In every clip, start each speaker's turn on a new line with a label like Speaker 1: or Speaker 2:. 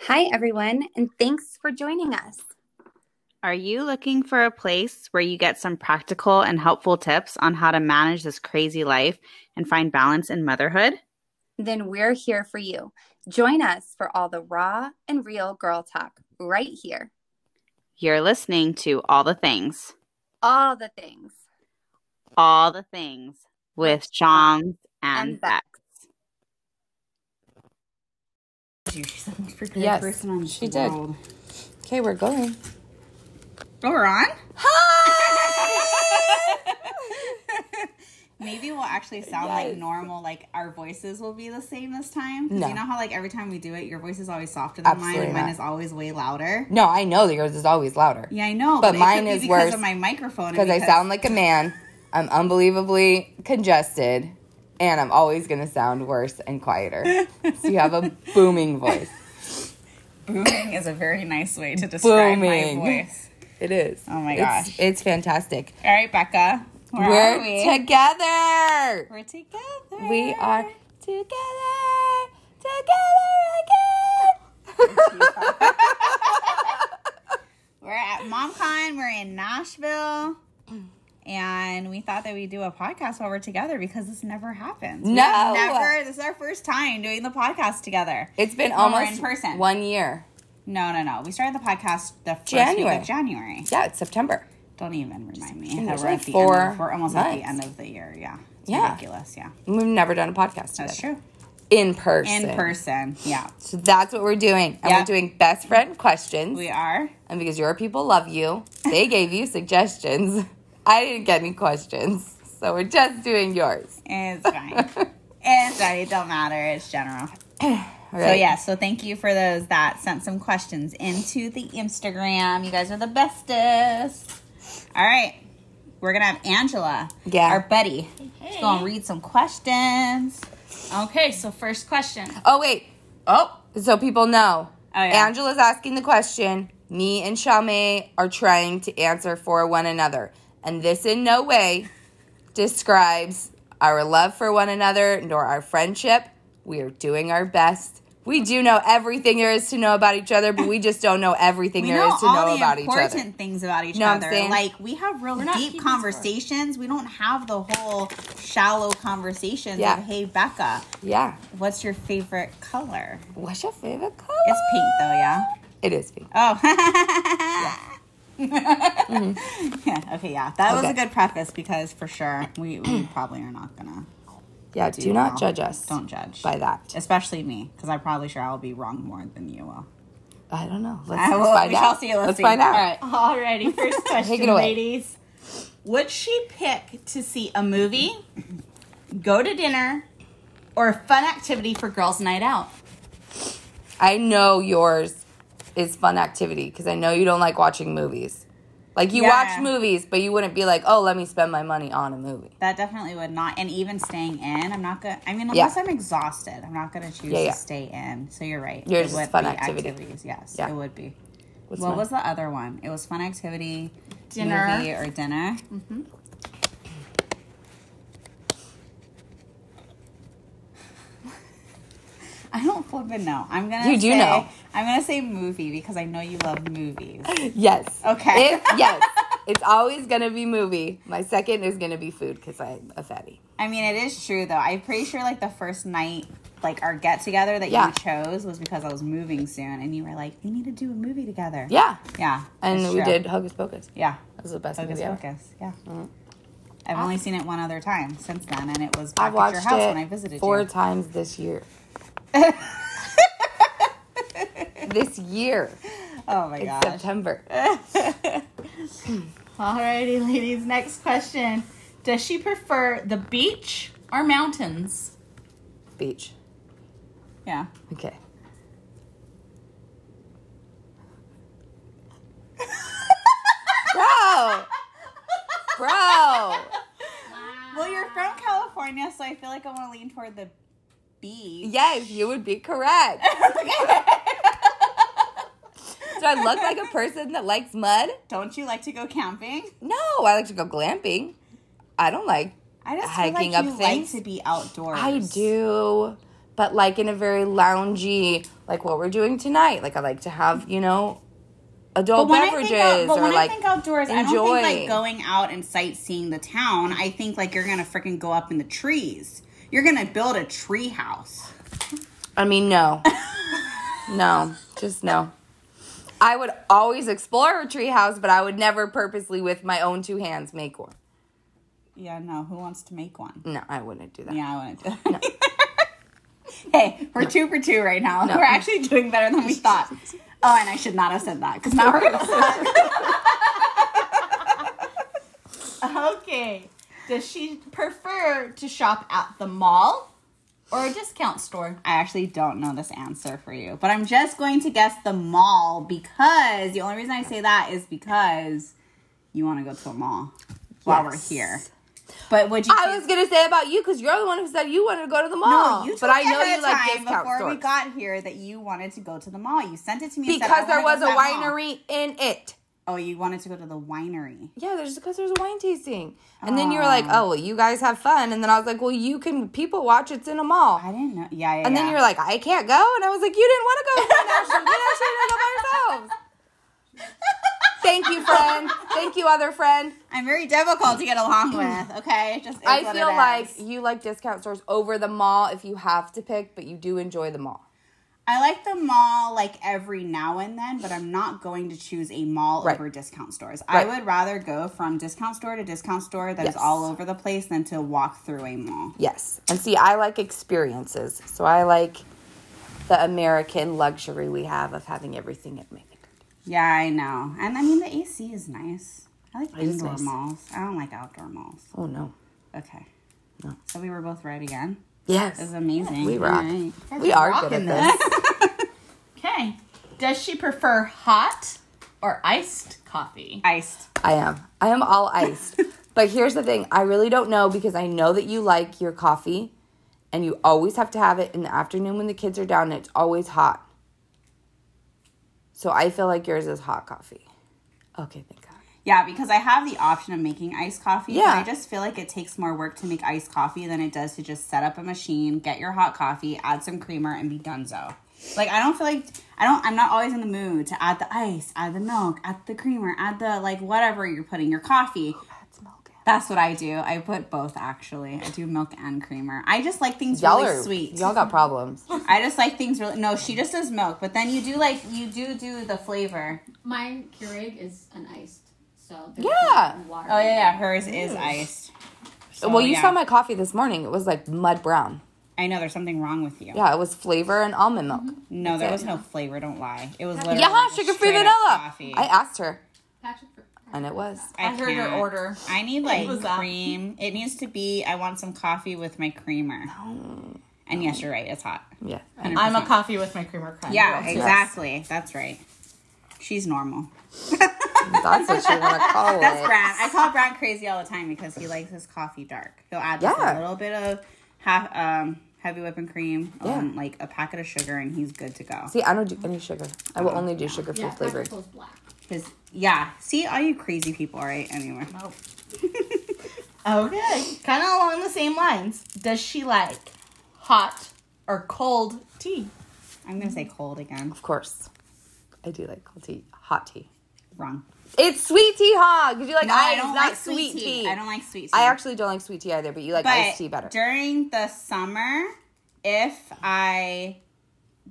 Speaker 1: Hi, everyone, and thanks for joining us.
Speaker 2: Are you looking for a place where you get some practical and helpful tips on how to manage this crazy life and find balance in motherhood?
Speaker 1: Then we're here for you. Join us for all the raw and real girl talk right here.
Speaker 2: You're listening to All the Things,
Speaker 1: All the things.
Speaker 2: All the Things with Choms and,
Speaker 1: And Bex.
Speaker 2: Bex.
Speaker 3: Yes, she did. Okay, we're going.
Speaker 2: Oh, we're on? Maybe we'll actually sound like
Speaker 3: Yes.
Speaker 2: normal, like our voices will be the same this time. 'Cause
Speaker 3: No.
Speaker 2: You know how like every time we do it, your voice is always softer than mine
Speaker 3: Absolutely
Speaker 2: and mine
Speaker 3: not.
Speaker 2: is always way louder.
Speaker 3: No, I know that yours is always louder
Speaker 2: Yeah, I know.
Speaker 3: But
Speaker 2: it could
Speaker 3: mine
Speaker 2: be
Speaker 3: is
Speaker 2: because
Speaker 3: worse
Speaker 2: of my microphone. and
Speaker 3: because I sound like a man. I'm unbelievably congested, and I'm always going to sound worse and quieter. so you have a booming voice.
Speaker 2: booming is a very nice way to describe
Speaker 3: Booming.
Speaker 2: my voice.
Speaker 3: It is.
Speaker 2: Oh my
Speaker 3: It's-
Speaker 2: gosh.
Speaker 3: It's, fantastic.
Speaker 2: All right, Becca. Where
Speaker 3: we're
Speaker 2: are we?
Speaker 3: together.
Speaker 2: we're together.
Speaker 3: We are together. Together again.
Speaker 2: We're at MomCon. We're in Nashville. And we thought that we'd do a podcast while we're together because this never happens. We have
Speaker 3: No.
Speaker 2: never. This is our first time doing the podcast together.
Speaker 3: it's been
Speaker 2: When we're
Speaker 3: almost
Speaker 2: in person.
Speaker 3: one year.
Speaker 2: No, no, no. We started the podcast the first week
Speaker 3: January.
Speaker 2: of January.
Speaker 3: Yeah, it's September.
Speaker 2: Don't even remind me.
Speaker 3: kidding.
Speaker 2: that
Speaker 3: It's
Speaker 2: we're
Speaker 3: like
Speaker 2: at the
Speaker 3: four
Speaker 2: end. Of, we're almost at the
Speaker 3: months.
Speaker 2: end of the year. Yeah. It's
Speaker 3: Yeah.
Speaker 2: Ridiculous. Yeah.
Speaker 3: We've never done a podcast together.
Speaker 2: That's true.
Speaker 3: In person.
Speaker 2: In person. Yeah.
Speaker 3: So that's what we're doing. And
Speaker 2: Yeah.
Speaker 3: we're doing best friend questions.
Speaker 2: We are.
Speaker 3: and because your people love you, they gave you suggestions. I didn't get any questions. So we're just doing yours.
Speaker 2: It's fine. it's fine. It don't matter. It's general.
Speaker 3: All
Speaker 2: So
Speaker 3: right.
Speaker 2: yeah, so thank you for those that sent some questions into the Instagram. You guys are the bestest. All right. We're gonna have Angela,
Speaker 3: Yeah.
Speaker 2: our buddy. She's gonna read some questions.
Speaker 4: Okay, so first question.
Speaker 3: Oh wait. Oh, so people know.
Speaker 2: Oh, yeah.
Speaker 3: Angela's asking the question. Me and Shamay are trying to answer for one another, and this in no way describes our love for one another nor our friendship. We are doing our best. We do know everything there is to know about each other, but we just don't know everything
Speaker 2: We
Speaker 3: there is
Speaker 2: know
Speaker 3: to
Speaker 2: all
Speaker 3: know
Speaker 2: the
Speaker 3: about each
Speaker 2: important
Speaker 3: other.
Speaker 2: things about each
Speaker 3: Know what I'm
Speaker 2: other.
Speaker 3: saying?
Speaker 2: Like we have real
Speaker 4: not
Speaker 2: deep
Speaker 4: keeping score.
Speaker 2: conversations. We don't have the whole shallow conversations
Speaker 3: Yeah.
Speaker 2: of hey Becca,
Speaker 3: Yeah.
Speaker 2: what's your favorite color?
Speaker 3: What's your favorite color?
Speaker 2: It's pink though, yeah.
Speaker 3: It is pink.
Speaker 2: Oh. yeah. Okay. Yeah. That was a
Speaker 3: Okay.
Speaker 2: good preface because for sure we, we probably are not gonna.
Speaker 3: Yeah. Do, not
Speaker 2: well.
Speaker 3: judge us.
Speaker 2: Don't judge.
Speaker 3: by that.
Speaker 2: Especially me, because I'm probably sure I'll be wrong more than you will.
Speaker 3: I don't know. Let's,
Speaker 2: I
Speaker 3: let's
Speaker 2: will-
Speaker 3: find
Speaker 2: we
Speaker 3: out.
Speaker 2: shall see. Let's see.
Speaker 3: find out.
Speaker 2: All right.
Speaker 4: Alrighty, first question,
Speaker 3: it away.
Speaker 4: ladies. Would she pick to see a movie, go to dinner, or a fun activity for girls' night out?
Speaker 3: I know yours is fun activity because I know you don't like watching movies. Like you
Speaker 2: Yeah.
Speaker 3: watch movies, but you wouldn't be like, "Oh, let me spend my money on a movie."
Speaker 2: That definitely would not. And even staying in, I'm not gonna. I mean,
Speaker 3: Yeah.
Speaker 2: unless I'm exhausted, I'm not gonna choose
Speaker 3: Yeah, yeah.
Speaker 2: to stay in. So you're right.
Speaker 3: Yours is fun activity.
Speaker 2: activities. Yes,
Speaker 3: Yeah.
Speaker 2: it would be.
Speaker 3: What's
Speaker 2: what
Speaker 3: mine?
Speaker 2: was the other one? It was fun activity,
Speaker 4: Dinner.
Speaker 2: movie, or dinner.
Speaker 3: Mm-hmm.
Speaker 2: I don't flippin' know. I'm gonna.
Speaker 3: You do
Speaker 2: say-
Speaker 3: know.
Speaker 2: I'm gonna say movie because I know you love movies.
Speaker 3: Yes.
Speaker 2: Okay.
Speaker 3: If, yes. It's always gonna be movie. My second is gonna be food because I'm a fatty.
Speaker 2: I mean, it is true though. I'm pretty sure like the first night, like our get together that
Speaker 3: Yeah.
Speaker 2: you chose was because I was moving soon, and you were like, "We need to do a movie together."
Speaker 3: Yeah.
Speaker 2: Yeah.
Speaker 3: And
Speaker 2: it's
Speaker 3: we
Speaker 2: true.
Speaker 3: did Hocus Pocus.
Speaker 2: Yeah.
Speaker 3: That was the best
Speaker 2: Focus,
Speaker 3: movie ever.
Speaker 2: focus. Yeah.
Speaker 3: Mm.
Speaker 2: I've only seen it one other time since then, and it was back
Speaker 3: I
Speaker 2: at
Speaker 3: watched
Speaker 2: your house
Speaker 3: it
Speaker 2: when I visited
Speaker 3: four
Speaker 2: you.
Speaker 3: times this year. this year,
Speaker 2: Oh my
Speaker 3: it's
Speaker 2: gosh.
Speaker 3: September.
Speaker 4: Alrighty, ladies. Next question. Does she prefer the beach or mountains?
Speaker 3: Beach.
Speaker 2: Yeah.
Speaker 3: Okay. Bro! Bro!
Speaker 2: Well, you're from California, so I feel like I want to lean toward the B.
Speaker 3: Yes, you would be correct. Do I look like a person that likes mud?
Speaker 2: Don't you like to go camping?
Speaker 3: No, I like to go glamping. I don't like.
Speaker 2: I just
Speaker 3: Hiking
Speaker 2: feel like
Speaker 3: up
Speaker 2: you
Speaker 3: things?
Speaker 2: like to be outdoors.
Speaker 3: I do. but like in a very loungy, like what we're doing tonight. Like I like to have, you know, adult
Speaker 2: when
Speaker 3: beverages
Speaker 2: I think, out- but
Speaker 3: or
Speaker 2: when
Speaker 3: like
Speaker 2: I think outdoors, I don't think
Speaker 3: enjoy.
Speaker 2: like going out and sightseeing the town. I think like you're gonna freaking go up in the trees. You're gonna build a tree house.
Speaker 3: I mean, no. no, just no. I would always explore a treehouse, but I would never purposely with my own two hands make one.
Speaker 2: Yeah, no. Who wants to make one?
Speaker 3: No, I wouldn't do that.
Speaker 2: Yeah, I want to. do that. hey, we're two for two right now. We're actually doing better than we thought. Oh, and I should not have said that because now we're gonna.
Speaker 4: Okay. Does she prefer to shop at the mall or a discount store?
Speaker 2: I actually don't know this answer for you, but I'm just going to guess the mall because the only reason I say that is because you want to go to a mall while we're here. But would you?
Speaker 3: I was gonna say about you because you're the one who said you wanted to go to the
Speaker 2: no,
Speaker 3: mall.
Speaker 2: you told
Speaker 3: Oh, but I
Speaker 2: me
Speaker 3: know
Speaker 2: ahead
Speaker 3: you
Speaker 2: of
Speaker 3: like
Speaker 2: time
Speaker 3: discount
Speaker 2: before
Speaker 3: stores
Speaker 2: we got here that you wanted to go to the mall. You sent it to me and said, "I
Speaker 3: because there
Speaker 2: wanna go
Speaker 3: was a
Speaker 2: to that mall."
Speaker 3: winery in it.
Speaker 2: Oh, you wanted to go to the winery.
Speaker 3: Yeah, there's because there's a wine tasting, and then you were like, "Oh, well, you guys have fun," and then I was like, "Well, you can people watch. It's in a mall."
Speaker 2: I didn't know. Yeah, yeah.
Speaker 3: And then
Speaker 2: yeah.
Speaker 3: you're like, "I can't go," and I was like, "You didn't want to go with me, Ashley. You and Ashley to go by yourselves." Thank you, friend. Thank you, other friend.
Speaker 2: I'm very difficult to get along with. Okay, just is
Speaker 3: I
Speaker 2: what
Speaker 3: feel
Speaker 2: it
Speaker 3: like
Speaker 2: is.
Speaker 3: you like discount stores over the mall if you have to pick, but you do enjoy the mall.
Speaker 2: I like the mall like every now and then, but I'm not going to choose a mall
Speaker 3: Right.
Speaker 2: over discount stores.
Speaker 3: Right.
Speaker 2: I would rather go from discount store to discount store that is
Speaker 3: Yes.
Speaker 2: all over the place than to walk through a mall.
Speaker 3: Yes. And see, I like experiences. So I like the American luxury we have of having everything at my fingertips.
Speaker 2: Yeah, I know. And I mean the AC is nice. I like
Speaker 3: is
Speaker 2: indoor
Speaker 3: nice.
Speaker 2: malls. I don't like outdoor malls.
Speaker 3: Oh, no.
Speaker 2: Okay.
Speaker 3: No.
Speaker 2: So we were both right again. This
Speaker 3: Yes.
Speaker 2: is amazing.
Speaker 3: We rock.
Speaker 2: All right.
Speaker 3: We are good at
Speaker 4: rocking
Speaker 3: this.
Speaker 4: Okay. Does she prefer hot or iced coffee?
Speaker 2: Iced.
Speaker 3: I am. I am all iced. but here's the thing I really don't know because I know that you like your coffee and you always have to have it in the afternoon when the kids are down and it's always hot. So I feel like yours is hot coffee. Okay, thank God.
Speaker 2: Yeah, because I have the option of making iced coffee. but
Speaker 3: Yeah.
Speaker 2: I just feel like it takes more work to make iced coffee than it does to just set up a machine, get your hot coffee, add some creamer, and be donezo. Like I don't feel like I don't I'm not always in the mood to add the ice, add the milk, add the creamer, add the like whatever you're putting your coffee.
Speaker 3: That's milk.
Speaker 2: That's what I do. I put both actually. I do milk and creamer. I just like things
Speaker 3: Y'all
Speaker 2: really
Speaker 3: are
Speaker 2: sweet.
Speaker 3: Y'all got problems.
Speaker 2: I just like things really No, she just does milk, but then you do like you do do the flavor.
Speaker 5: My Keurig is an iced, so there's
Speaker 3: Yeah.
Speaker 5: no water.
Speaker 2: Oh yeah, yeah, hers is iced. So,
Speaker 3: well, you
Speaker 2: yeah.
Speaker 3: saw my coffee this morning. It was like mud brown.
Speaker 2: I know there's something wrong with you.
Speaker 3: Yeah, it was flavor and almond milk.
Speaker 2: No, there was no flavor. Don't lie. It was literally
Speaker 3: Yeah,
Speaker 2: just
Speaker 3: sugar free
Speaker 2: straight up
Speaker 3: vanilla.
Speaker 2: coffee.
Speaker 3: I asked her,
Speaker 5: Patrick,
Speaker 3: and it was.
Speaker 2: I
Speaker 4: heard her
Speaker 2: can't.
Speaker 4: order.
Speaker 2: I need
Speaker 4: was
Speaker 2: like
Speaker 4: that?
Speaker 2: cream. It needs to be. I want some coffee with my creamer. And yes, you're right. It's hot.
Speaker 3: Yeah.
Speaker 4: I'm a coffee with my creamer kind.
Speaker 2: Yeah,
Speaker 4: girl, too.
Speaker 2: exactly. That's right. She's normal.
Speaker 3: That's what you want to call
Speaker 2: That's
Speaker 3: it.
Speaker 2: Brad. I call Brad crazy all the time because he likes his coffee dark. He'll add just
Speaker 3: Yeah.
Speaker 2: a little bit of half um, heavy whipping cream,
Speaker 3: Yeah.
Speaker 2: um, like a packet of sugar, and he's good to go.
Speaker 3: See, I don't do any sugar. I will only do sugar free
Speaker 5: yeah,
Speaker 3: flavored.
Speaker 5: Patrick goes black.
Speaker 2: His, yeah. See, all you crazy people, right? Anyway.
Speaker 4: Okay. Kind of along the same lines. Does she like hot or cold tea?
Speaker 2: I'm going to say cold again.
Speaker 3: Of course. I do like cold tea, hot tea.
Speaker 2: Wrong.
Speaker 3: It's sweet tea, huh? Because you like
Speaker 2: No,
Speaker 3: ice,
Speaker 2: I don't
Speaker 3: not
Speaker 2: like sweet tea. I don't like sweet tea.
Speaker 3: I actually don't like sweet tea either, but you like
Speaker 2: but
Speaker 3: iced tea better.
Speaker 2: during the summer, if I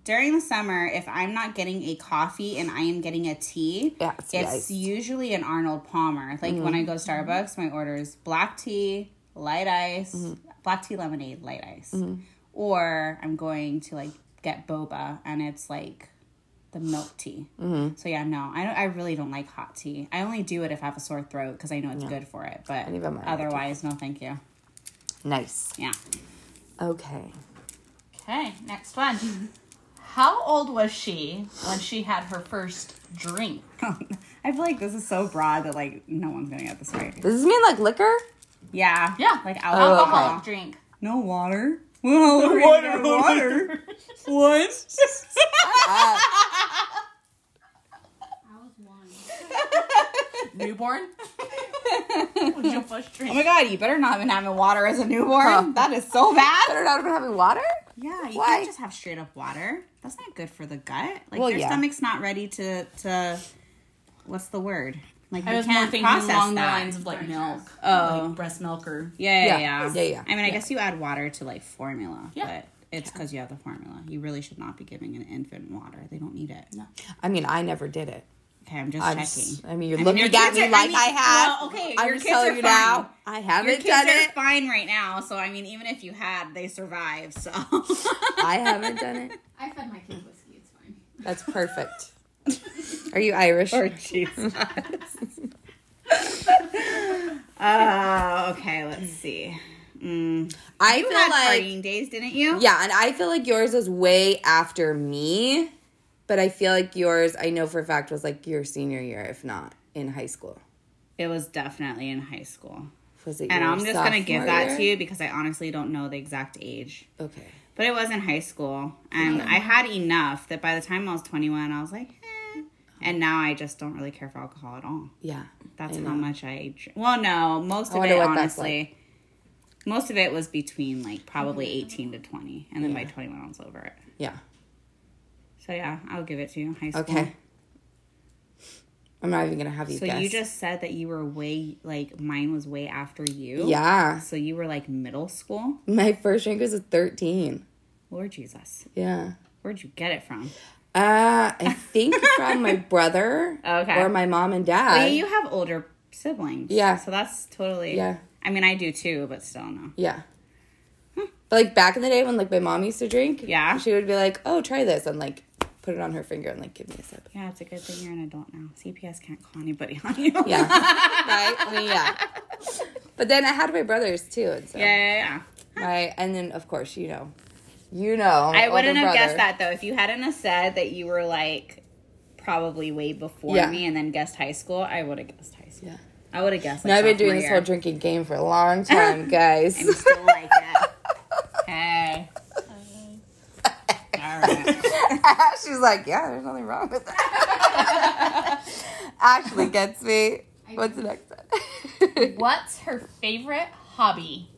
Speaker 2: during the summer, if I'm not getting a coffee and I am getting a tea,
Speaker 3: Yeah, it's Mm-hmm. to be
Speaker 2: it's
Speaker 3: iced.
Speaker 2: usually an Arnold Palmer. Like when I go to Starbucks, my order is black tea, light ice,
Speaker 3: Mm-hmm.
Speaker 2: black tea lemonade, light ice. Or I'm going to like get boba and it's like the milk tea.
Speaker 3: Mm-hmm.
Speaker 2: So yeah, no, I don't, I really don't like hot tea. I only do it if I have a sore throat because I know it's good for it. But
Speaker 3: And even my other tea.
Speaker 2: otherwise, no, thank you.
Speaker 3: Nice.
Speaker 2: Yeah.
Speaker 3: Okay.
Speaker 4: Okay, next one. How old was she when she had her first drink?
Speaker 2: I feel like this is so broad that like no one's gonna get this right.
Speaker 3: Does this mean like liquor?
Speaker 2: Yeah.
Speaker 4: Yeah. Oh,
Speaker 2: Like
Speaker 4: Alcoholic
Speaker 2: alcohol.
Speaker 4: drink.
Speaker 2: No water. Well, water, water. what?
Speaker 3: Uh,
Speaker 5: I was one.
Speaker 4: Newborn? was your first
Speaker 2: oh
Speaker 4: drink?
Speaker 2: my god, you better not have been having water as a newborn.
Speaker 3: Huh.
Speaker 2: That is so bad.
Speaker 3: Better not have been having water?
Speaker 2: Yeah. Yeah, you
Speaker 3: Why?
Speaker 2: can't just have straight up water. That's not good for the gut. Like
Speaker 3: Well,
Speaker 2: your
Speaker 3: yeah.
Speaker 2: stomach's not ready to to what's the word? Like
Speaker 4: I
Speaker 2: you
Speaker 4: was more
Speaker 2: can't
Speaker 4: thinking
Speaker 2: process
Speaker 4: along
Speaker 2: that.
Speaker 4: the lines of like milk,
Speaker 2: Oh.
Speaker 4: like breast milk or
Speaker 2: yeah,
Speaker 3: Yeah.
Speaker 2: yeah, yeah,
Speaker 3: Yeah, yeah.
Speaker 2: I mean, I guess you add water to like formula,
Speaker 4: Yeah.
Speaker 2: but it's because you have the formula. You really should not be giving an infant water. They don't need it.
Speaker 3: I mean, I never did it.
Speaker 2: Okay, I'm just
Speaker 3: I'm
Speaker 2: checking.
Speaker 3: s- I mean, you're
Speaker 2: I mean,
Speaker 3: looking
Speaker 2: your
Speaker 3: at
Speaker 2: kids
Speaker 3: me
Speaker 2: are- I
Speaker 3: like I,
Speaker 2: mean,
Speaker 3: have.
Speaker 2: well, okay,
Speaker 3: I'm
Speaker 2: your
Speaker 3: just
Speaker 2: kids
Speaker 3: telling
Speaker 2: are
Speaker 3: you now,
Speaker 2: fine.
Speaker 3: I
Speaker 2: Your
Speaker 3: haven't
Speaker 2: kids
Speaker 3: done
Speaker 2: are
Speaker 3: it.
Speaker 2: fine right now, so I mean, even if you had, they survived. So
Speaker 3: I haven't done it.
Speaker 5: I fed my kids whiskey. It's fine.
Speaker 3: That's perfect. Are you Irish?
Speaker 2: Jesus. Oh, okay. Let's see. Mm.
Speaker 3: I
Speaker 2: You
Speaker 3: feel
Speaker 2: had
Speaker 3: like
Speaker 2: partying days, didn't you?
Speaker 3: yeah, and I feel like yours was way after me, but I feel like yours, I know for a fact, was like your senior year, if not in high school.
Speaker 2: It was definitely in high school,
Speaker 3: Was it?
Speaker 2: and
Speaker 3: your
Speaker 2: I'm just gonna give
Speaker 3: sophomore
Speaker 2: that to
Speaker 3: year?
Speaker 2: you because I honestly don't know the exact age.
Speaker 3: Okay.
Speaker 2: But it was in high school, and I had enough that by the time I was 21, I was like, eh. and now I just don't really care for alcohol at all.
Speaker 3: Yeah.
Speaker 2: That's
Speaker 3: I
Speaker 2: how
Speaker 3: know.
Speaker 2: much I. dr- Well, no, most
Speaker 3: I
Speaker 2: of
Speaker 3: wonder
Speaker 2: it
Speaker 3: what that's
Speaker 2: honestly. Most of it was between like probably
Speaker 3: Mm-hmm.
Speaker 2: 18 to 20, and then by 21, I was over it.
Speaker 3: Yeah.
Speaker 2: So yeah, I'll give it to you. High school.
Speaker 3: Okay. I'm not even gonna have you
Speaker 2: So
Speaker 3: guess.
Speaker 2: you just said that you were way like mine was way after you.
Speaker 3: yeah.
Speaker 2: So you were like middle school.
Speaker 3: My first drink was at 13.
Speaker 2: Lord Jesus,
Speaker 3: Yeah.
Speaker 2: where'd you get it from?
Speaker 3: Uh, I think from my brother
Speaker 2: Okay.
Speaker 3: or my mom and dad.
Speaker 2: Well, you have older siblings.
Speaker 3: Yeah.
Speaker 2: So that's totally.
Speaker 3: Yeah.
Speaker 2: I mean, I do too, but still no.
Speaker 3: Yeah. But like back in the day when like my mom used to drink,
Speaker 2: Yeah.
Speaker 3: she would be like, "Oh, try this," and like put it on her finger and like give me a sip.
Speaker 2: Yeah, it's a good thing you're an adult now. CPS can't call anybody on you.
Speaker 3: Yeah, right. I mean, yeah. But then I had my brothers too, and so
Speaker 2: Yeah, yeah, yeah.
Speaker 3: my and then of course you know, you know, my
Speaker 2: I
Speaker 3: older
Speaker 2: wouldn't have
Speaker 3: brother.
Speaker 2: guessed that though. If you hadn't have said that you were like probably way before
Speaker 3: Yeah.
Speaker 2: me and then guessed high school, I would have guessed high school.
Speaker 3: Yeah.
Speaker 2: I would have guessed. Like,
Speaker 3: Now I've been
Speaker 2: sophomore
Speaker 3: doing this
Speaker 2: year.
Speaker 3: whole drinking game for a long time, guys.
Speaker 2: I'm still like that. Hey. All right.
Speaker 3: She's like, yeah, there's nothing wrong with that. Ashley gets me. What's the next one?
Speaker 4: What's her favorite hobby?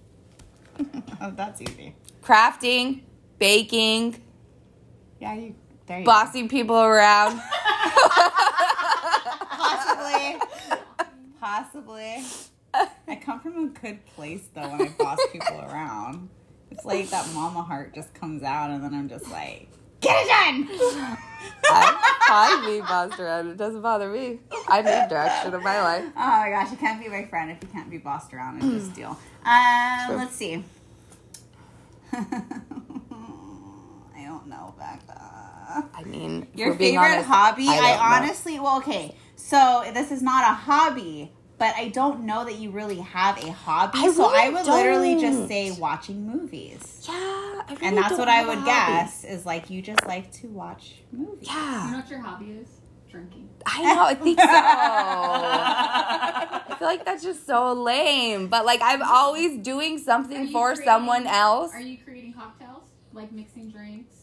Speaker 2: Oh, that's easy.
Speaker 3: Crafting, baking,
Speaker 2: Yeah, you. There you
Speaker 3: bossing people around.
Speaker 2: Possibly. Possibly. I come from a good place though when I boss people around. It's like that mama heart just comes out and then I'm just like, get it done!
Speaker 3: I, I be bossed around. It doesn't bother me. I need direction in my life.
Speaker 2: Oh my gosh, you can't be my friend if you can't be bossed around and just deal. Um, let's see. I don't know, Becca.
Speaker 3: I mean, if
Speaker 2: Your
Speaker 3: we're being
Speaker 2: favorite
Speaker 3: honest,
Speaker 2: hobby?
Speaker 3: I,
Speaker 2: I,
Speaker 3: don't know.
Speaker 2: honestly, well, okay. So this is not a hobby, but I don't know that you really have a hobby.
Speaker 3: I
Speaker 2: so I
Speaker 3: really
Speaker 2: would literally
Speaker 3: don't.
Speaker 2: just say watching movies.
Speaker 3: Yeah, I really
Speaker 2: And that's
Speaker 3: don't
Speaker 2: what I
Speaker 3: have a
Speaker 2: would
Speaker 3: hobby.
Speaker 2: guess is like you just like to watch movies.
Speaker 5: You know
Speaker 3: Yeah,
Speaker 5: what your hobby is? Drinking.
Speaker 3: I know. I think so. I feel like that's just so lame. But like I'm always doing
Speaker 5: Are
Speaker 3: something
Speaker 5: you
Speaker 3: for
Speaker 5: creating-
Speaker 3: someone else.
Speaker 5: Are you creating cocktails? Like mixing drinks?
Speaker 3: Mm,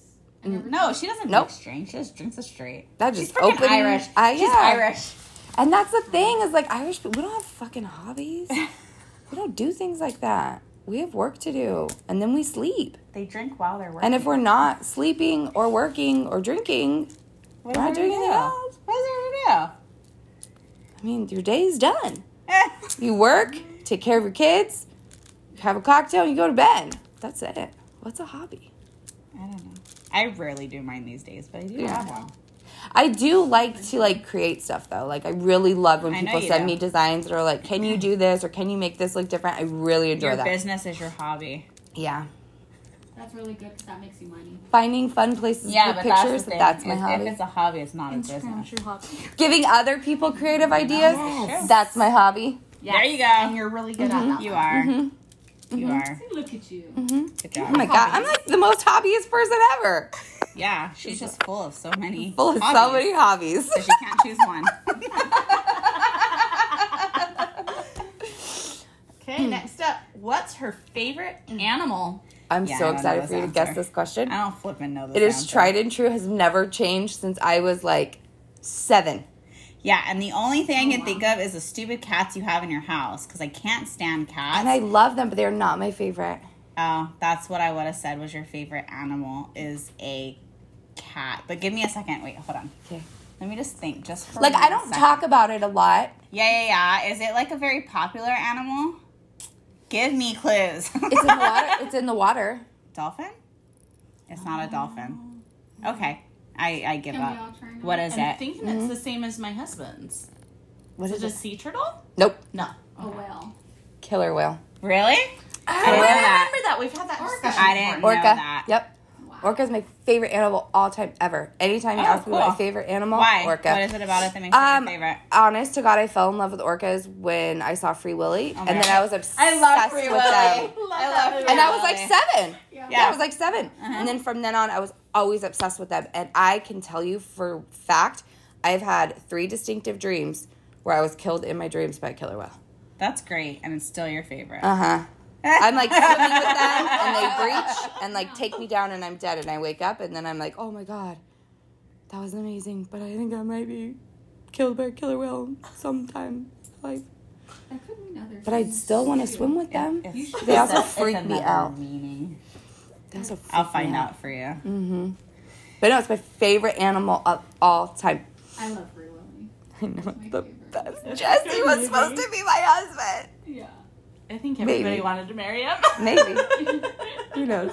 Speaker 5: and everything?
Speaker 2: No, she doesn't
Speaker 3: Nope.
Speaker 2: drink straight. She just drinks it straight.
Speaker 3: That
Speaker 2: She's
Speaker 3: just
Speaker 2: freaking
Speaker 3: opening.
Speaker 2: Irish.
Speaker 3: I,
Speaker 2: She's
Speaker 3: yeah.
Speaker 2: Irish.
Speaker 3: And that's the thing is like Irish people. We don't have fucking hobbies. we don't do things like that. We have work to do, and then we sleep.
Speaker 2: They drink while they're working.
Speaker 3: And if we're not sleeping or working or drinking,
Speaker 2: what
Speaker 3: we're not doing anything else.
Speaker 2: What does everyone
Speaker 3: I mean, your day is done.
Speaker 2: do? Eh.
Speaker 3: You work, take care of your kids, have a cocktail, and you go to bed. That's it. What's a hobby?
Speaker 2: I don't know. I rarely do mine these days, but I do
Speaker 3: Yeah.
Speaker 2: have one.
Speaker 3: I do like to like create stuff though. Like I really love when
Speaker 2: I know
Speaker 3: people
Speaker 2: you
Speaker 3: send
Speaker 2: do.
Speaker 3: me designs that are like, "Can you do this?" or "Can you make this look different?" I really enjoy
Speaker 2: Your
Speaker 3: that.
Speaker 2: business is your hobby.
Speaker 3: Yeah,
Speaker 5: That's really good because that makes you money.
Speaker 3: finding fun places to put pictures. That's, my
Speaker 2: if,
Speaker 3: hobby.
Speaker 2: If it's a hobby, it's not a business.
Speaker 5: That's your hobby.
Speaker 3: Giving other people creative ideas. That's my hobby.
Speaker 2: There you go.
Speaker 4: And you're really good at that.
Speaker 2: you are. You are.
Speaker 5: Hey, Look at you.
Speaker 2: Good job.
Speaker 3: Mm-hmm. Oh my god, I'm like the most hobbyist person ever.
Speaker 2: Yeah, she's just full of so many.
Speaker 3: Full of
Speaker 2: hobbies.
Speaker 3: so many hobbies.
Speaker 2: So she can't choose one.
Speaker 4: Okay, next up, what's her favorite animal?
Speaker 3: I'm
Speaker 2: Yeah, I
Speaker 3: so
Speaker 2: don't know
Speaker 3: excited
Speaker 2: this
Speaker 3: for you to
Speaker 2: answer.
Speaker 3: guess this question.
Speaker 2: I don't flipping know this.
Speaker 3: It is
Speaker 2: answer.
Speaker 3: tried and true, has never changed since I was like seven.
Speaker 2: Yeah, and the only thing I
Speaker 3: Oh,
Speaker 2: can think of is the stupid cats you have in your house because I can't stand cats.
Speaker 3: And I love them, but they're not my favorite.
Speaker 2: Oh, that's what I would have said was your favorite animal is a cat. But give me a second. Wait, hold on.
Speaker 3: Okay.
Speaker 2: Let me just think. Just for
Speaker 3: Like,
Speaker 2: one
Speaker 3: I don't
Speaker 2: second.
Speaker 3: talk about it a lot.
Speaker 2: Yeah, yeah, yeah. Is it like a very popular animal? Give me clues.
Speaker 3: It's in the water. It's in the water.
Speaker 2: dolphin? It's not a dolphin. Okay. I, I give
Speaker 5: Can we all
Speaker 2: up.
Speaker 5: try now?
Speaker 2: What is
Speaker 4: I'm
Speaker 2: it?
Speaker 4: thinking it's the same as my husband's.
Speaker 3: What
Speaker 4: Is
Speaker 3: is
Speaker 4: it a
Speaker 3: it?
Speaker 4: sea turtle?
Speaker 3: Nope.
Speaker 4: No.
Speaker 5: A whale.
Speaker 3: Killer whale.
Speaker 2: really?
Speaker 4: I
Speaker 2: know
Speaker 4: remember
Speaker 2: that.
Speaker 4: that. We've had that
Speaker 5: Orca.
Speaker 4: discussion.
Speaker 2: I didn't
Speaker 4: before.
Speaker 2: know
Speaker 3: Orca.
Speaker 2: that.
Speaker 3: Yep.
Speaker 5: Wow.
Speaker 3: Orca is my favorite animal all time ever. Anytime you
Speaker 2: Oh,
Speaker 3: ask me what
Speaker 2: cool.
Speaker 3: my favorite animal,
Speaker 2: Why?
Speaker 3: orca.
Speaker 2: What is it about it that makes
Speaker 3: Um,
Speaker 2: it your favorite?
Speaker 3: honest to God, I fell in love with orcas when I saw Free Willy, and then
Speaker 2: God.
Speaker 3: I was obsessed with them.
Speaker 4: I love
Speaker 2: Free
Speaker 3: And I was
Speaker 2: Willy.
Speaker 3: like seven.
Speaker 5: Yeah.
Speaker 3: Yeah, I was like 7 And then from then on, I was always obsessed with them. And I can tell you for fact, I've had three distinctive dreams where I was killed in my dreams by a killer whale.
Speaker 2: That's great, and it's still your favorite.
Speaker 3: Uh huh. I'm like swimming with them, and they breach and like take me down, and I'm dead. And I wake up, and then I'm like, oh my god, that was amazing. But I think I might be killed by a killer whale sometime. in life.
Speaker 5: That could mean other
Speaker 3: But I
Speaker 5: things.
Speaker 3: still want to swim with them.
Speaker 2: It's-
Speaker 3: They also
Speaker 2: it's a-
Speaker 3: freak
Speaker 2: it's
Speaker 3: me
Speaker 2: another
Speaker 3: out.
Speaker 2: meaning.
Speaker 3: They also freak
Speaker 2: I'll
Speaker 3: me
Speaker 2: find out for you.
Speaker 3: But no, it's my favorite animal of all time.
Speaker 5: I love Free Willy.
Speaker 3: I know
Speaker 5: My
Speaker 3: the
Speaker 5: favorite.
Speaker 3: best. Jesse was supposed to be my husband.
Speaker 5: Yeah.
Speaker 4: I think
Speaker 3: Maybe.
Speaker 4: everybody wanted to marry him.
Speaker 3: Maybe. Who knows?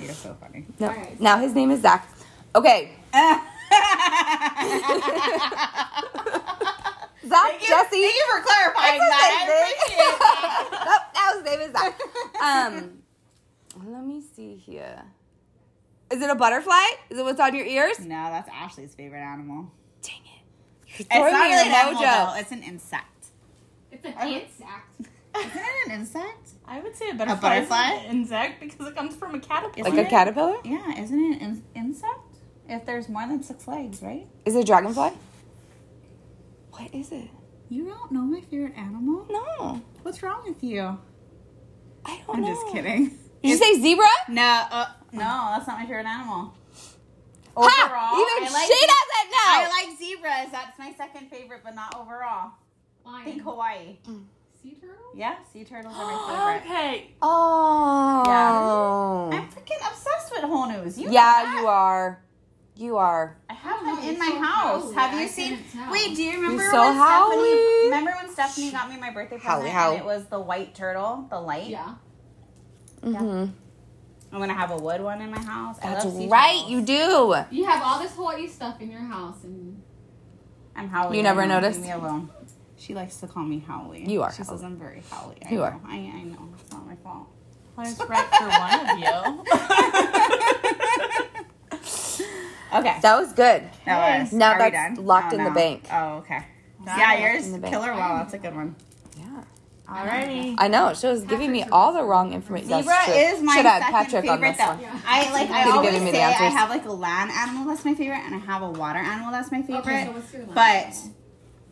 Speaker 2: You're so funny.
Speaker 3: No.
Speaker 5: Alright.
Speaker 3: Now his name is Zach. Okay. Zach, Jesse.
Speaker 4: Thank you for clarifying
Speaker 3: That's
Speaker 4: that.
Speaker 3: the
Speaker 4: I
Speaker 3: same
Speaker 4: appreciate it.
Speaker 3: thing. Nope, now his name is Zach. Um, let me see here. Is it a butterfly? Is it what's on your ears?
Speaker 2: No, that's Ashley's favorite animal.
Speaker 3: Dang it. You're
Speaker 2: It's
Speaker 3: throwing
Speaker 2: not
Speaker 3: me your
Speaker 2: really an animal,
Speaker 3: mojo.
Speaker 2: though. It's an insect.
Speaker 5: It's an insect.
Speaker 2: Isn't it an insect?
Speaker 4: I would say a butterfly, is
Speaker 2: butterfly?
Speaker 4: an insect because it comes from a caterpillar.
Speaker 3: Like a caterpillar?
Speaker 2: Yeah, isn't it an in- insect? If there's more than six legs, right?
Speaker 3: Is it a dragonfly? What is it?
Speaker 2: You don't know my favorite animal?
Speaker 3: No.
Speaker 2: What's wrong with you?
Speaker 3: I don't
Speaker 2: I'm
Speaker 3: know.
Speaker 2: just kidding.
Speaker 3: Did you say zebra?
Speaker 2: No, uh, no, that's not my favorite animal.
Speaker 3: ha! Even
Speaker 2: I like,
Speaker 3: she doesn't
Speaker 2: I
Speaker 3: know.
Speaker 2: like zebras. That's my second favorite, but not overall. I think
Speaker 5: Lion.
Speaker 2: Hawaii.
Speaker 5: Sea turtle?
Speaker 2: Yeah, sea turtles are my favorite.
Speaker 4: Okay.
Speaker 3: oh.
Speaker 2: I'm freaking obsessed with whole news. You know that.
Speaker 3: Yeah, you are. You are.
Speaker 2: I have
Speaker 5: Oh,
Speaker 2: them
Speaker 5: you're
Speaker 2: in my
Speaker 5: so
Speaker 2: house.
Speaker 5: Howie.
Speaker 2: Have
Speaker 5: I
Speaker 2: you seen?
Speaker 5: couldn't tell.
Speaker 2: Wait, do you remember
Speaker 3: so
Speaker 2: when
Speaker 3: Howie.
Speaker 2: Stephanie? Remember when Stephanie got me my birthday
Speaker 3: Howie,
Speaker 2: present? and
Speaker 3: Howie.
Speaker 2: it was the white turtle, the light.
Speaker 5: Yeah.
Speaker 3: Mhm.
Speaker 2: I'm gonna have a wood one in my house.
Speaker 3: That's
Speaker 2: I love sea
Speaker 3: right.
Speaker 2: turtles.
Speaker 3: You do.
Speaker 5: You have all this Hawaii stuff in your house and
Speaker 2: I'm Howie.
Speaker 3: You never
Speaker 2: I know.
Speaker 3: noticed?
Speaker 2: Leave me alone. She likes to call me Howie.
Speaker 3: You are
Speaker 2: She
Speaker 3: Howie.
Speaker 2: says I'm very Howie. I
Speaker 3: You
Speaker 2: know.
Speaker 3: are.
Speaker 2: I, I know. It's not my fault.
Speaker 4: There's right for one of you.
Speaker 2: Okay.
Speaker 3: That was good.
Speaker 2: That was.
Speaker 3: Now
Speaker 2: are we
Speaker 3: that's
Speaker 2: done?
Speaker 3: locked
Speaker 2: Oh,
Speaker 3: in the
Speaker 2: no.
Speaker 3: bank.
Speaker 2: Oh, okay.
Speaker 4: That
Speaker 2: yeah, yours
Speaker 3: in the bank.
Speaker 2: killer wow. That's a good one.
Speaker 3: Yeah.
Speaker 4: Alrighty.
Speaker 3: I know. She was giving me all the wrong information.
Speaker 2: Zebra is my
Speaker 3: Should have
Speaker 2: second
Speaker 3: Patrick
Speaker 2: favorite
Speaker 3: on this
Speaker 2: though.
Speaker 3: one.
Speaker 5: Yeah.
Speaker 2: I like I
Speaker 3: Could've
Speaker 2: always
Speaker 3: given me the
Speaker 2: say I
Speaker 3: answers.
Speaker 2: have like a land animal that's my favorite and I have a water animal that's my favorite.
Speaker 5: Okay, so what's your land
Speaker 2: but
Speaker 5: animal?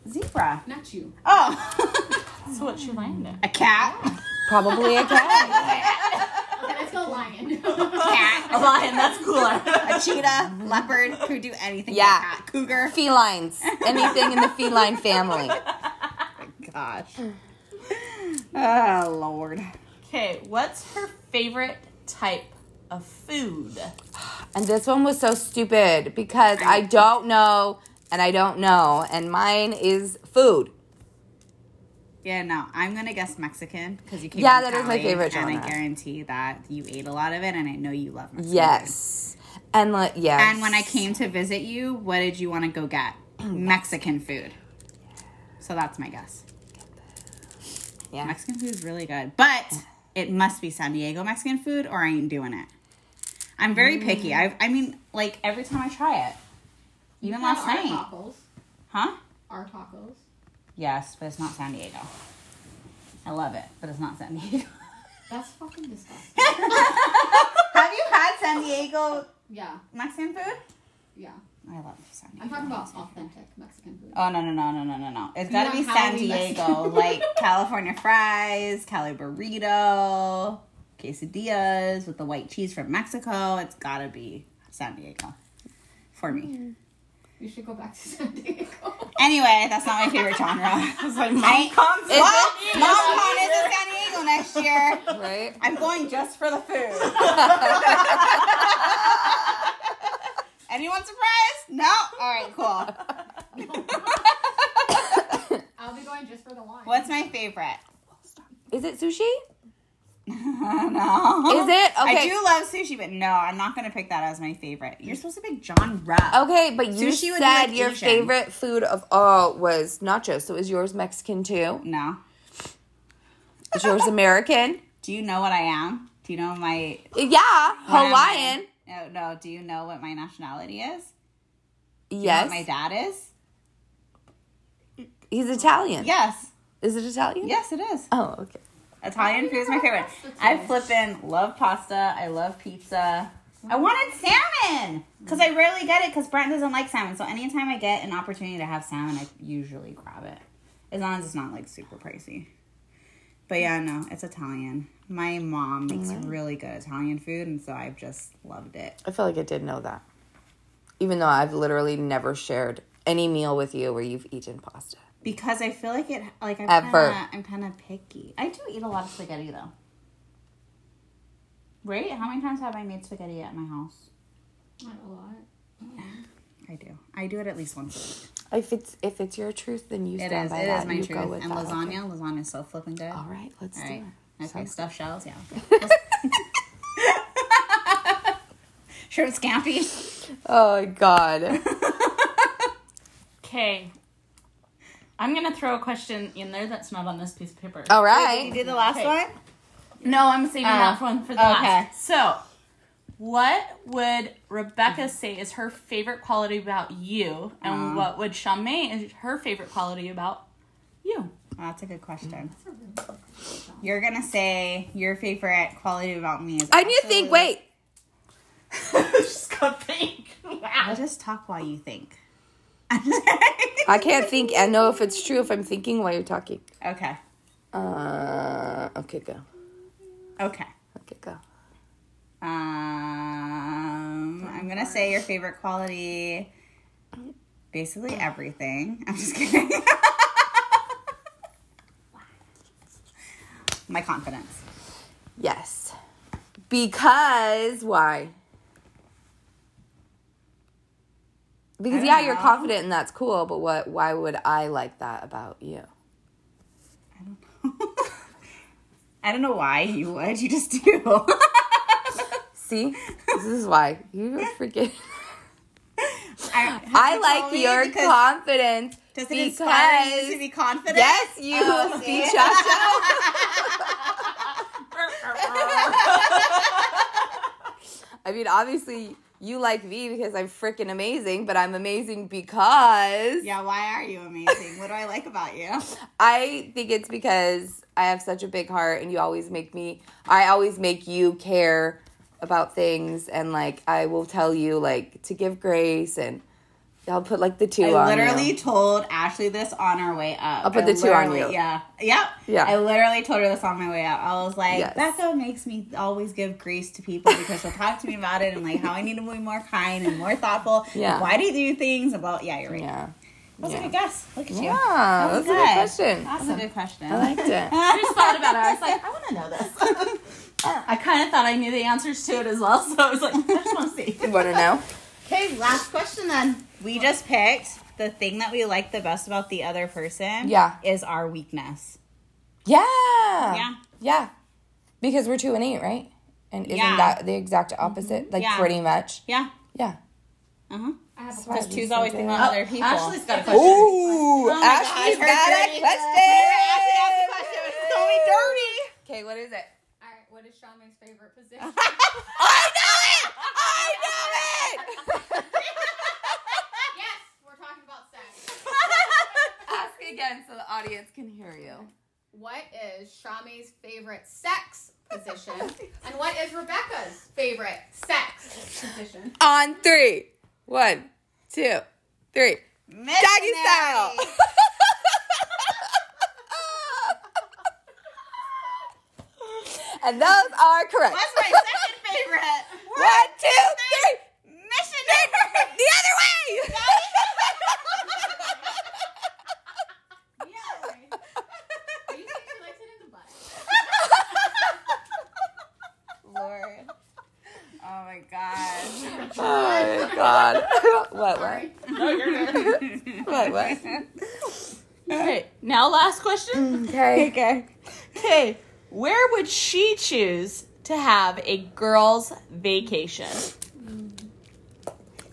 Speaker 2: zebra.
Speaker 5: not you.
Speaker 2: Oh
Speaker 4: So what's your land? in?
Speaker 2: a cat.
Speaker 3: Probably a cat.
Speaker 5: Okay, let's go lion.
Speaker 4: A
Speaker 2: Cat.
Speaker 4: lion. That's cooler.
Speaker 2: A cheetah, leopard, could do anything yeah.
Speaker 3: Yeah.
Speaker 2: cat. Cougar.
Speaker 3: Felines. Anything in the feline family.
Speaker 2: Gosh. Oh Lord.
Speaker 4: Okay. What's her favorite type of food?
Speaker 3: And this one was so stupid because I don't know and I don't know. And mine is food.
Speaker 2: Yeah, no, I'm gonna guess Mexican because you came.
Speaker 3: Yeah,
Speaker 2: from
Speaker 3: that is my
Speaker 2: Cali,
Speaker 3: favorite
Speaker 2: And I
Speaker 3: genre.
Speaker 2: guarantee that you ate a lot of it, and I know you love Mexican.
Speaker 3: Yes. And like yes.
Speaker 2: And when I came to visit you, what did you want to go get? Mexican food. So that's my guess.
Speaker 3: Yeah.
Speaker 2: Mexican food is really good, but it must be San Diego Mexican food, or I ain't doing it. I'm
Speaker 4: Mm.
Speaker 2: very picky. I, I mean, like every time I try it, even last
Speaker 5: Our
Speaker 2: night,
Speaker 5: tacos.
Speaker 2: huh?
Speaker 5: Our tacos.
Speaker 2: Yes, but it's not San Diego. I love it, but it's not San Diego.
Speaker 5: That's fucking disgusting.
Speaker 2: Have you had San Diego
Speaker 5: yeah.
Speaker 2: Mexican food?
Speaker 5: Yeah.
Speaker 2: I love San Diego.
Speaker 5: I'm talking about authentic Mexican food.
Speaker 2: Oh no no no no no no no! It's gotta
Speaker 5: know
Speaker 2: be
Speaker 5: how
Speaker 2: San
Speaker 5: we like-
Speaker 2: Diego, like California fries, Cali burrito, quesadillas with the white cheese from Mexico. It's gotta be San Diego for me.
Speaker 5: You should go back to San Diego.
Speaker 2: Anyway, that's not my favorite genre. I was like, mom,
Speaker 3: Is it-
Speaker 2: mom, is a San Diego Chicago next year.
Speaker 3: right?
Speaker 2: I'm going just for the food. Anyone surprised? No? All right, cool.
Speaker 5: I'll be going just for the wine.
Speaker 2: What's my favorite?
Speaker 3: Is it sushi?
Speaker 2: No.
Speaker 3: Is it?
Speaker 2: I
Speaker 3: Okay.
Speaker 2: do love sushi, but no, I'm not going to pick that as my favorite. You're supposed to pick John Ruff.
Speaker 3: Okay, but you
Speaker 2: Sushi would be,
Speaker 3: said
Speaker 2: like,
Speaker 3: your
Speaker 2: Asian.
Speaker 3: favorite food of all was nachos. So is yours Mexican too?
Speaker 2: No.
Speaker 3: Is yours American?
Speaker 2: Do you know what I am? Do you know my.
Speaker 3: Yeah,
Speaker 2: what I'm-
Speaker 3: Hawaiian.
Speaker 2: No, no. Do you know what my nationality is?
Speaker 3: Yes,
Speaker 2: What my dad is?
Speaker 3: he's Italian.
Speaker 2: Yes.
Speaker 3: Is it Italian?
Speaker 2: Yes, it is.
Speaker 3: Oh, okay.
Speaker 2: Italian food is my favorite. I flippin' love pasta. I love pizza. I wanted salmon because I rarely get it because Brent doesn't like salmon. So anytime I get an opportunity to have salmon, I usually grab it, as long as it's not like super pricey. But yeah, no, it's Italian. My mom makes really good Italian food, and so I've just loved it.
Speaker 3: I feel like I did know that, even though I've literally never shared any meal with you where you've eaten pasta.
Speaker 2: Because I feel like it, like I'm
Speaker 3: Ever.
Speaker 2: kinda, I'm kind of picky. I do eat a lot of spaghetti though. Right? How many times have I made spaghetti at my house?
Speaker 5: Not a lot.
Speaker 2: I do. I do it at least once.
Speaker 3: If it's if it's your truth, then you
Speaker 2: It
Speaker 3: stand
Speaker 2: is.
Speaker 3: by
Speaker 2: It
Speaker 3: that.
Speaker 2: is my
Speaker 3: you
Speaker 2: truth.
Speaker 3: go with
Speaker 2: And
Speaker 3: that.
Speaker 2: lasagna. Lasagna is so flipping good.
Speaker 3: All right, let's
Speaker 2: All
Speaker 3: do
Speaker 2: right.
Speaker 3: it.
Speaker 2: Okay.
Speaker 3: Sounds-
Speaker 2: Stuffed shells. Yeah. Shrimp scampi.
Speaker 3: Oh my god.
Speaker 4: Okay. I'm gonna throw a question in there that's not on this piece of paper.
Speaker 2: Oh.
Speaker 3: All
Speaker 2: You
Speaker 3: right.
Speaker 2: did the last one.
Speaker 4: No, I'm saving that one for the
Speaker 2: Oh. okay.
Speaker 4: last. So, what would Rebecca say is her favorite quality about you,
Speaker 2: Uh.
Speaker 4: and what would Shamay is her favorite quality about you?
Speaker 2: Well, that's a good question. You're gonna say your favorite quality about me is.
Speaker 3: I need to think. Wait.
Speaker 4: Just gotta think.
Speaker 2: I'll just talk while you think.
Speaker 3: I can't think. I know if it's true if I'm thinking while you're talking.
Speaker 2: okay.
Speaker 3: Uh, okay, go.
Speaker 2: Okay.
Speaker 3: Okay, go.
Speaker 2: Um, I'm gonna say your favorite quality. Basically everything. I'm just kidding. My confidence.
Speaker 3: Yes. Because why? Because yeah, you're confident and that's cool, but what why would I like that about you?
Speaker 2: I don't know. I don't know why you would. You just do.
Speaker 3: See? this is why. You freaking
Speaker 2: I,
Speaker 3: I like your confidence.
Speaker 2: Does it inspire you to be confident?
Speaker 3: Yes, you
Speaker 2: Oh, see?
Speaker 3: Bichacho. I mean, obviously you like me because I'm freaking amazing, but I'm amazing because
Speaker 2: Yeah. Why are you amazing? What do I like about you?
Speaker 3: I think it's because I have such a big heart and you always make me I always make you care about things and like I will tell you like to give grace and I'll put like the two
Speaker 2: I
Speaker 3: on
Speaker 2: literally
Speaker 3: you.
Speaker 2: told Ashley this on our way up.
Speaker 3: I'll put
Speaker 2: I
Speaker 3: the two on
Speaker 2: literally-
Speaker 3: you.
Speaker 2: Yeah. Yep.
Speaker 3: Yeah.
Speaker 2: I literally told her this on my way up. I was like,
Speaker 3: Yes.
Speaker 2: that's what makes me always give grace to people because she'll talk to me about it and like how I need to be more kind and more thoughtful.
Speaker 3: Yeah.
Speaker 2: Why do you do things about yeah, you're right.
Speaker 3: Yeah.
Speaker 2: That's a
Speaker 3: Yeah.
Speaker 2: good guess. Look at you.
Speaker 3: Yeah,
Speaker 2: was
Speaker 3: that's a good question.
Speaker 2: That's a good question.
Speaker 3: I liked it.
Speaker 4: I just thought about it. I was like, I want to know this. I kind of thought I knew the answers to it as well, so I was like, I just want to see.
Speaker 3: You want to know?
Speaker 2: Okay, last question then. We just picked the thing that we like the best about the other person
Speaker 3: Yeah.
Speaker 2: is our weakness.
Speaker 3: Yeah.
Speaker 2: Yeah.
Speaker 3: Yeah. Because we're two and eight, right? And isn't
Speaker 2: Yeah.
Speaker 3: that the exact opposite? Like
Speaker 2: Yeah.
Speaker 3: pretty much.
Speaker 2: Yeah.
Speaker 3: Yeah.
Speaker 2: Uh-huh.
Speaker 5: I have a
Speaker 2: Because two's always thinking about other people.
Speaker 4: Ashley's got a question.
Speaker 3: Ooh,
Speaker 2: Ashley's gosh,
Speaker 3: Ashley's
Speaker 2: got
Speaker 3: got
Speaker 2: a
Speaker 3: a
Speaker 2: dirty.
Speaker 3: question.
Speaker 2: Going dirty.
Speaker 3: Okay, what is it?
Speaker 5: All right, what is Shamay's favorite position?
Speaker 3: I know it! I know it!
Speaker 5: yes, we're talking about sex.
Speaker 3: Ask again so the audience can hear you.
Speaker 5: What is Shamay's favorite sex position? And what is Rebecca's favorite sex position?
Speaker 3: On three. One, two, three. Doggy style. and those are correct.
Speaker 2: That's my second favorite.
Speaker 3: One, two, three.
Speaker 2: Missionary.
Speaker 3: The other way.
Speaker 5: Yeah. Are you saying she likes it in the butt?
Speaker 2: Oh
Speaker 3: Oh, what? What?
Speaker 5: Sorry.
Speaker 3: What? What?
Speaker 4: All right. Now, last
Speaker 3: Mm.
Speaker 4: question.
Speaker 3: Okay.
Speaker 4: Okay. Okay. Where would she choose to have a girls' vacation?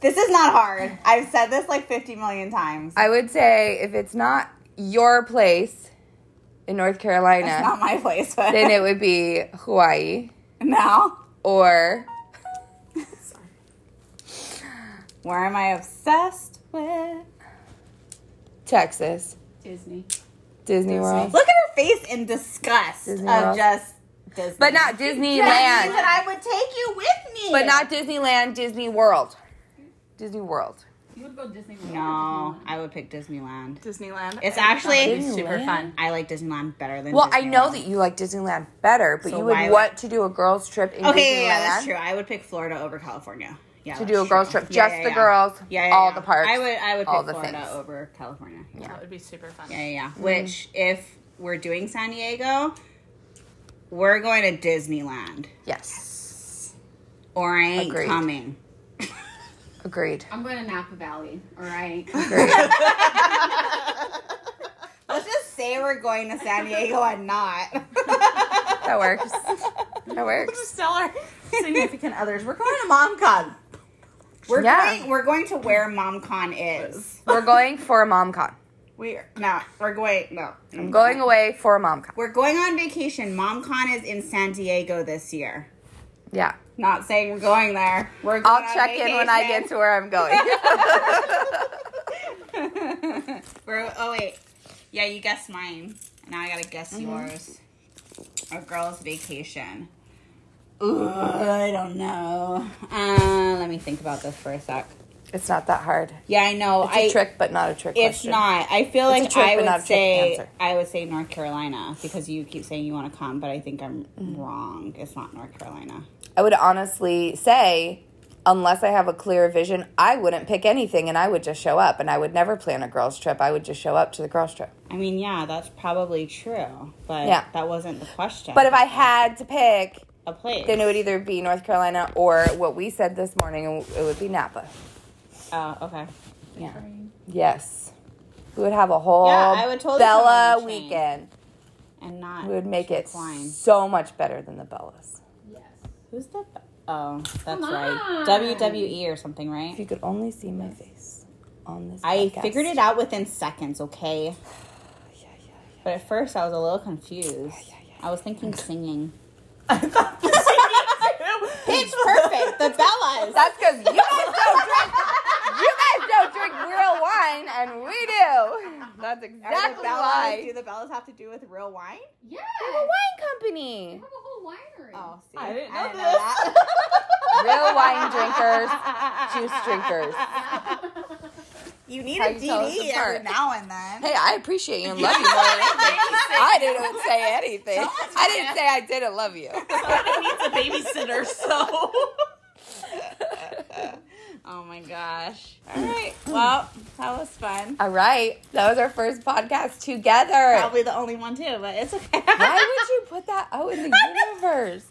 Speaker 2: This is not hard. I've said this like 50 million times.
Speaker 3: I would say if it's not your place in North
Speaker 2: It's
Speaker 3: Carolina,
Speaker 2: not my place, but
Speaker 3: then it would be Hawaii
Speaker 2: now,
Speaker 3: or
Speaker 2: where am I obsessed with?
Speaker 3: Texas,
Speaker 4: Disney.
Speaker 3: Disney World.
Speaker 2: Look at her face in disgust
Speaker 3: Disney
Speaker 2: of
Speaker 3: World.
Speaker 2: just Disney.
Speaker 3: But not
Speaker 2: That means
Speaker 3: Disneyland.
Speaker 2: that I would take you with me.
Speaker 3: But not Disneyland, Disney World. Disney World.
Speaker 4: You would go Disney World.
Speaker 2: No, I would pick Disneyland.
Speaker 4: Disneyland.
Speaker 2: It's actually
Speaker 3: Disneyland?
Speaker 4: super fun.
Speaker 2: I like Disneyland better than.
Speaker 3: Well, I know
Speaker 2: Disneyland.
Speaker 3: that you like Disneyland better, but
Speaker 2: So
Speaker 3: you
Speaker 2: why
Speaker 3: would
Speaker 2: would-
Speaker 3: want to do a girls' trip in
Speaker 2: Okay,
Speaker 3: Disneyland
Speaker 2: yeah, that's true. I would pick Florida over California. Yeah,
Speaker 3: to
Speaker 2: that's
Speaker 3: do a girls'
Speaker 2: true.
Speaker 3: trip,
Speaker 2: Yeah,
Speaker 3: just
Speaker 2: yeah,
Speaker 3: the
Speaker 2: yeah.
Speaker 3: girls,
Speaker 2: Yeah, yeah,
Speaker 3: all
Speaker 2: yeah.
Speaker 3: the parks.
Speaker 2: I would, I would pick
Speaker 3: all the
Speaker 2: Florida
Speaker 3: things. Mm-hmm.
Speaker 2: over California. Yeah,
Speaker 4: That would be super fun.
Speaker 2: yeah, yeah. Which, if we're doing San Diego, we're going to Disneyland,
Speaker 3: Yes,
Speaker 2: or I ain't
Speaker 3: Agreed.
Speaker 2: coming.
Speaker 3: agreed.
Speaker 5: I'm going to Napa Valley. All right.
Speaker 3: Agreed.
Speaker 2: Let's just say we're going to San Diego and not.
Speaker 3: that works. That works.
Speaker 4: Stellar.
Speaker 2: Significant others. We're going to MomCon. We're
Speaker 3: Yeah.
Speaker 2: going. We're going to where MomCon is.
Speaker 3: We're going for a mom con.
Speaker 2: We no. We're going no.
Speaker 3: I'm going away for a mom con.
Speaker 2: We're going on vacation. MomCon is in San Diego this year.
Speaker 3: Yeah,
Speaker 2: Not saying we're going there. We're going
Speaker 3: I'll
Speaker 2: on
Speaker 3: check in when I get to where I'm going.
Speaker 2: vacation. we're, oh wait, yeah, you guessed mine. Now I gotta guess
Speaker 3: Mm-hmm.
Speaker 2: yours. A girl's vacation. Ooh, I don't know. Uh, let me think about this for a sec.
Speaker 3: it's not that hard.
Speaker 2: Yeah, I know.
Speaker 3: It's a
Speaker 2: I
Speaker 3: trick, but not a trick.
Speaker 2: It's
Speaker 3: question.
Speaker 2: not. I feel
Speaker 3: It's a
Speaker 2: like
Speaker 3: trick,
Speaker 2: I
Speaker 3: but not
Speaker 2: would
Speaker 3: a trick
Speaker 2: say
Speaker 3: answer.
Speaker 2: I would say North Carolina because you keep saying you want to come, but I think I'm
Speaker 3: Mm.
Speaker 2: wrong. It's not North Carolina.
Speaker 3: I would honestly say, unless I have a clear vision, I wouldn't pick anything and I would just show up and I would never plan a girls' trip. I would just show up to the girls' trip.
Speaker 2: I mean, yeah, that's probably true, but
Speaker 3: Yeah.
Speaker 2: that wasn't the question.
Speaker 3: But if I had to pick,
Speaker 2: a place,
Speaker 3: then it would either be North Carolina or what we said this morning, it would be Napa.
Speaker 2: Oh, okay. Yeah.
Speaker 3: Yes. We would have a whole
Speaker 2: Yeah, I would totally
Speaker 3: Bella
Speaker 2: come on the train.
Speaker 3: weekend.
Speaker 2: And not.
Speaker 3: We would make it
Speaker 2: Flying.
Speaker 3: so much better than the Bellas.
Speaker 5: Yes.
Speaker 2: Who's the? Oh, that's
Speaker 5: Come
Speaker 2: right.
Speaker 5: on.
Speaker 2: WWE or something,
Speaker 3: If
Speaker 2: right?
Speaker 3: you could only see my face on this
Speaker 2: I
Speaker 3: podcast.
Speaker 2: figured it out within seconds. Okay.
Speaker 3: Yeah, yeah,
Speaker 2: But at first, I was a little confused. I was thinking singing. It's perfect. The Bellas.
Speaker 3: That's because you guys don't drink. You guys don't drink real wine, and we do. That's
Speaker 2: Are the
Speaker 3: exactly
Speaker 2: Bellas-
Speaker 3: why.
Speaker 2: Do the Bellas have to do with real wine?
Speaker 5: Yeah.
Speaker 3: We're a wine company.
Speaker 5: have a whole winery.
Speaker 2: Oh, see,
Speaker 4: I didn't know
Speaker 2: that.
Speaker 3: Real wine drinkers, juice drinkers.
Speaker 2: you need
Speaker 3: How
Speaker 2: a
Speaker 3: you tell us
Speaker 2: DD every
Speaker 3: apart.
Speaker 2: now and then.
Speaker 3: Hey, I appreciate you and love you more than anything. I didn't say anything. I didn't say I didn't love you.
Speaker 4: Somebody needs a babysitter, so.
Speaker 2: Oh my gosh. All right. Well, that was fun.
Speaker 3: All right, that was our first podcast together.
Speaker 2: Probably the only one too, but it's okay.
Speaker 3: Why would you put that out in the universe?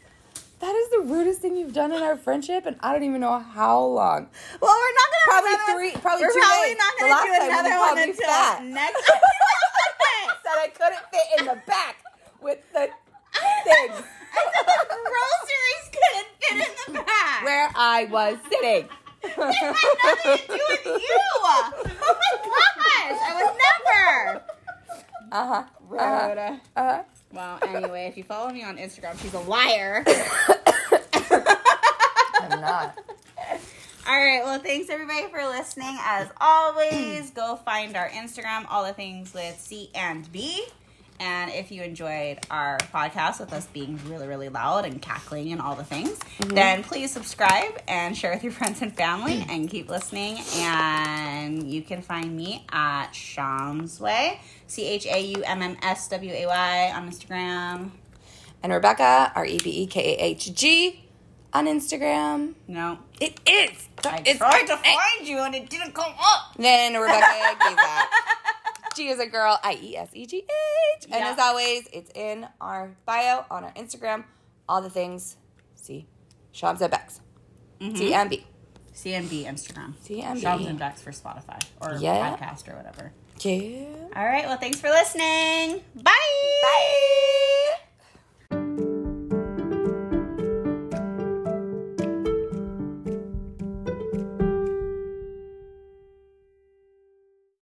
Speaker 3: That is the rudest thing you've done in our friendship, and I don't even know how long.
Speaker 2: Well, we're not gonna
Speaker 3: Probably
Speaker 2: another-
Speaker 3: three- probably
Speaker 2: We're
Speaker 3: two
Speaker 2: probably
Speaker 3: days.
Speaker 2: not
Speaker 3: The
Speaker 2: gonna
Speaker 3: last time
Speaker 2: do
Speaker 3: we
Speaker 2: another
Speaker 3: called
Speaker 2: one
Speaker 3: you
Speaker 2: until
Speaker 3: fat.
Speaker 2: next.
Speaker 3: Said I couldn't fit in the back with the thing
Speaker 2: Groceries couldn't fit in the bag.
Speaker 3: where I was sitting.
Speaker 2: Do with you? Oh my gosh! I would never.
Speaker 3: Uh huh.
Speaker 2: Rhoda.
Speaker 3: Uh
Speaker 2: Well, anyway, if you follow me on Instagram, she's a liar.
Speaker 3: huh. I'm not.
Speaker 2: All right. Well, thanks everybody for listening. As always, go find our Instagram, all the things with C and B. And if you enjoyed our podcast with us being really, really loud and cackling and all the things, then please subscribe and share with your friends and family and keep listening. And you can find me at Shamsway, C H A U M M S W A Y on Instagram.
Speaker 3: And Rebecca, R E B E K A H G, on Instagram.
Speaker 2: No,
Speaker 3: It is.
Speaker 2: I
Speaker 3: It's
Speaker 2: tried to find you and it didn't come up.
Speaker 3: Then Rebecca gave that. G is a girl, I E S E G H. And
Speaker 2: Yeah.
Speaker 3: as always, it's in our bio on our Instagram. All the things. See, Shams at Bex. TMB.
Speaker 2: CMB Instagram.
Speaker 3: CMB.
Speaker 2: Mm-hmm. Shams and Vex for Spotify or
Speaker 3: Yeah.
Speaker 2: podcast or whatever.
Speaker 3: Yeah.
Speaker 2: All right. Well, thanks for listening. Bye.
Speaker 3: Bye.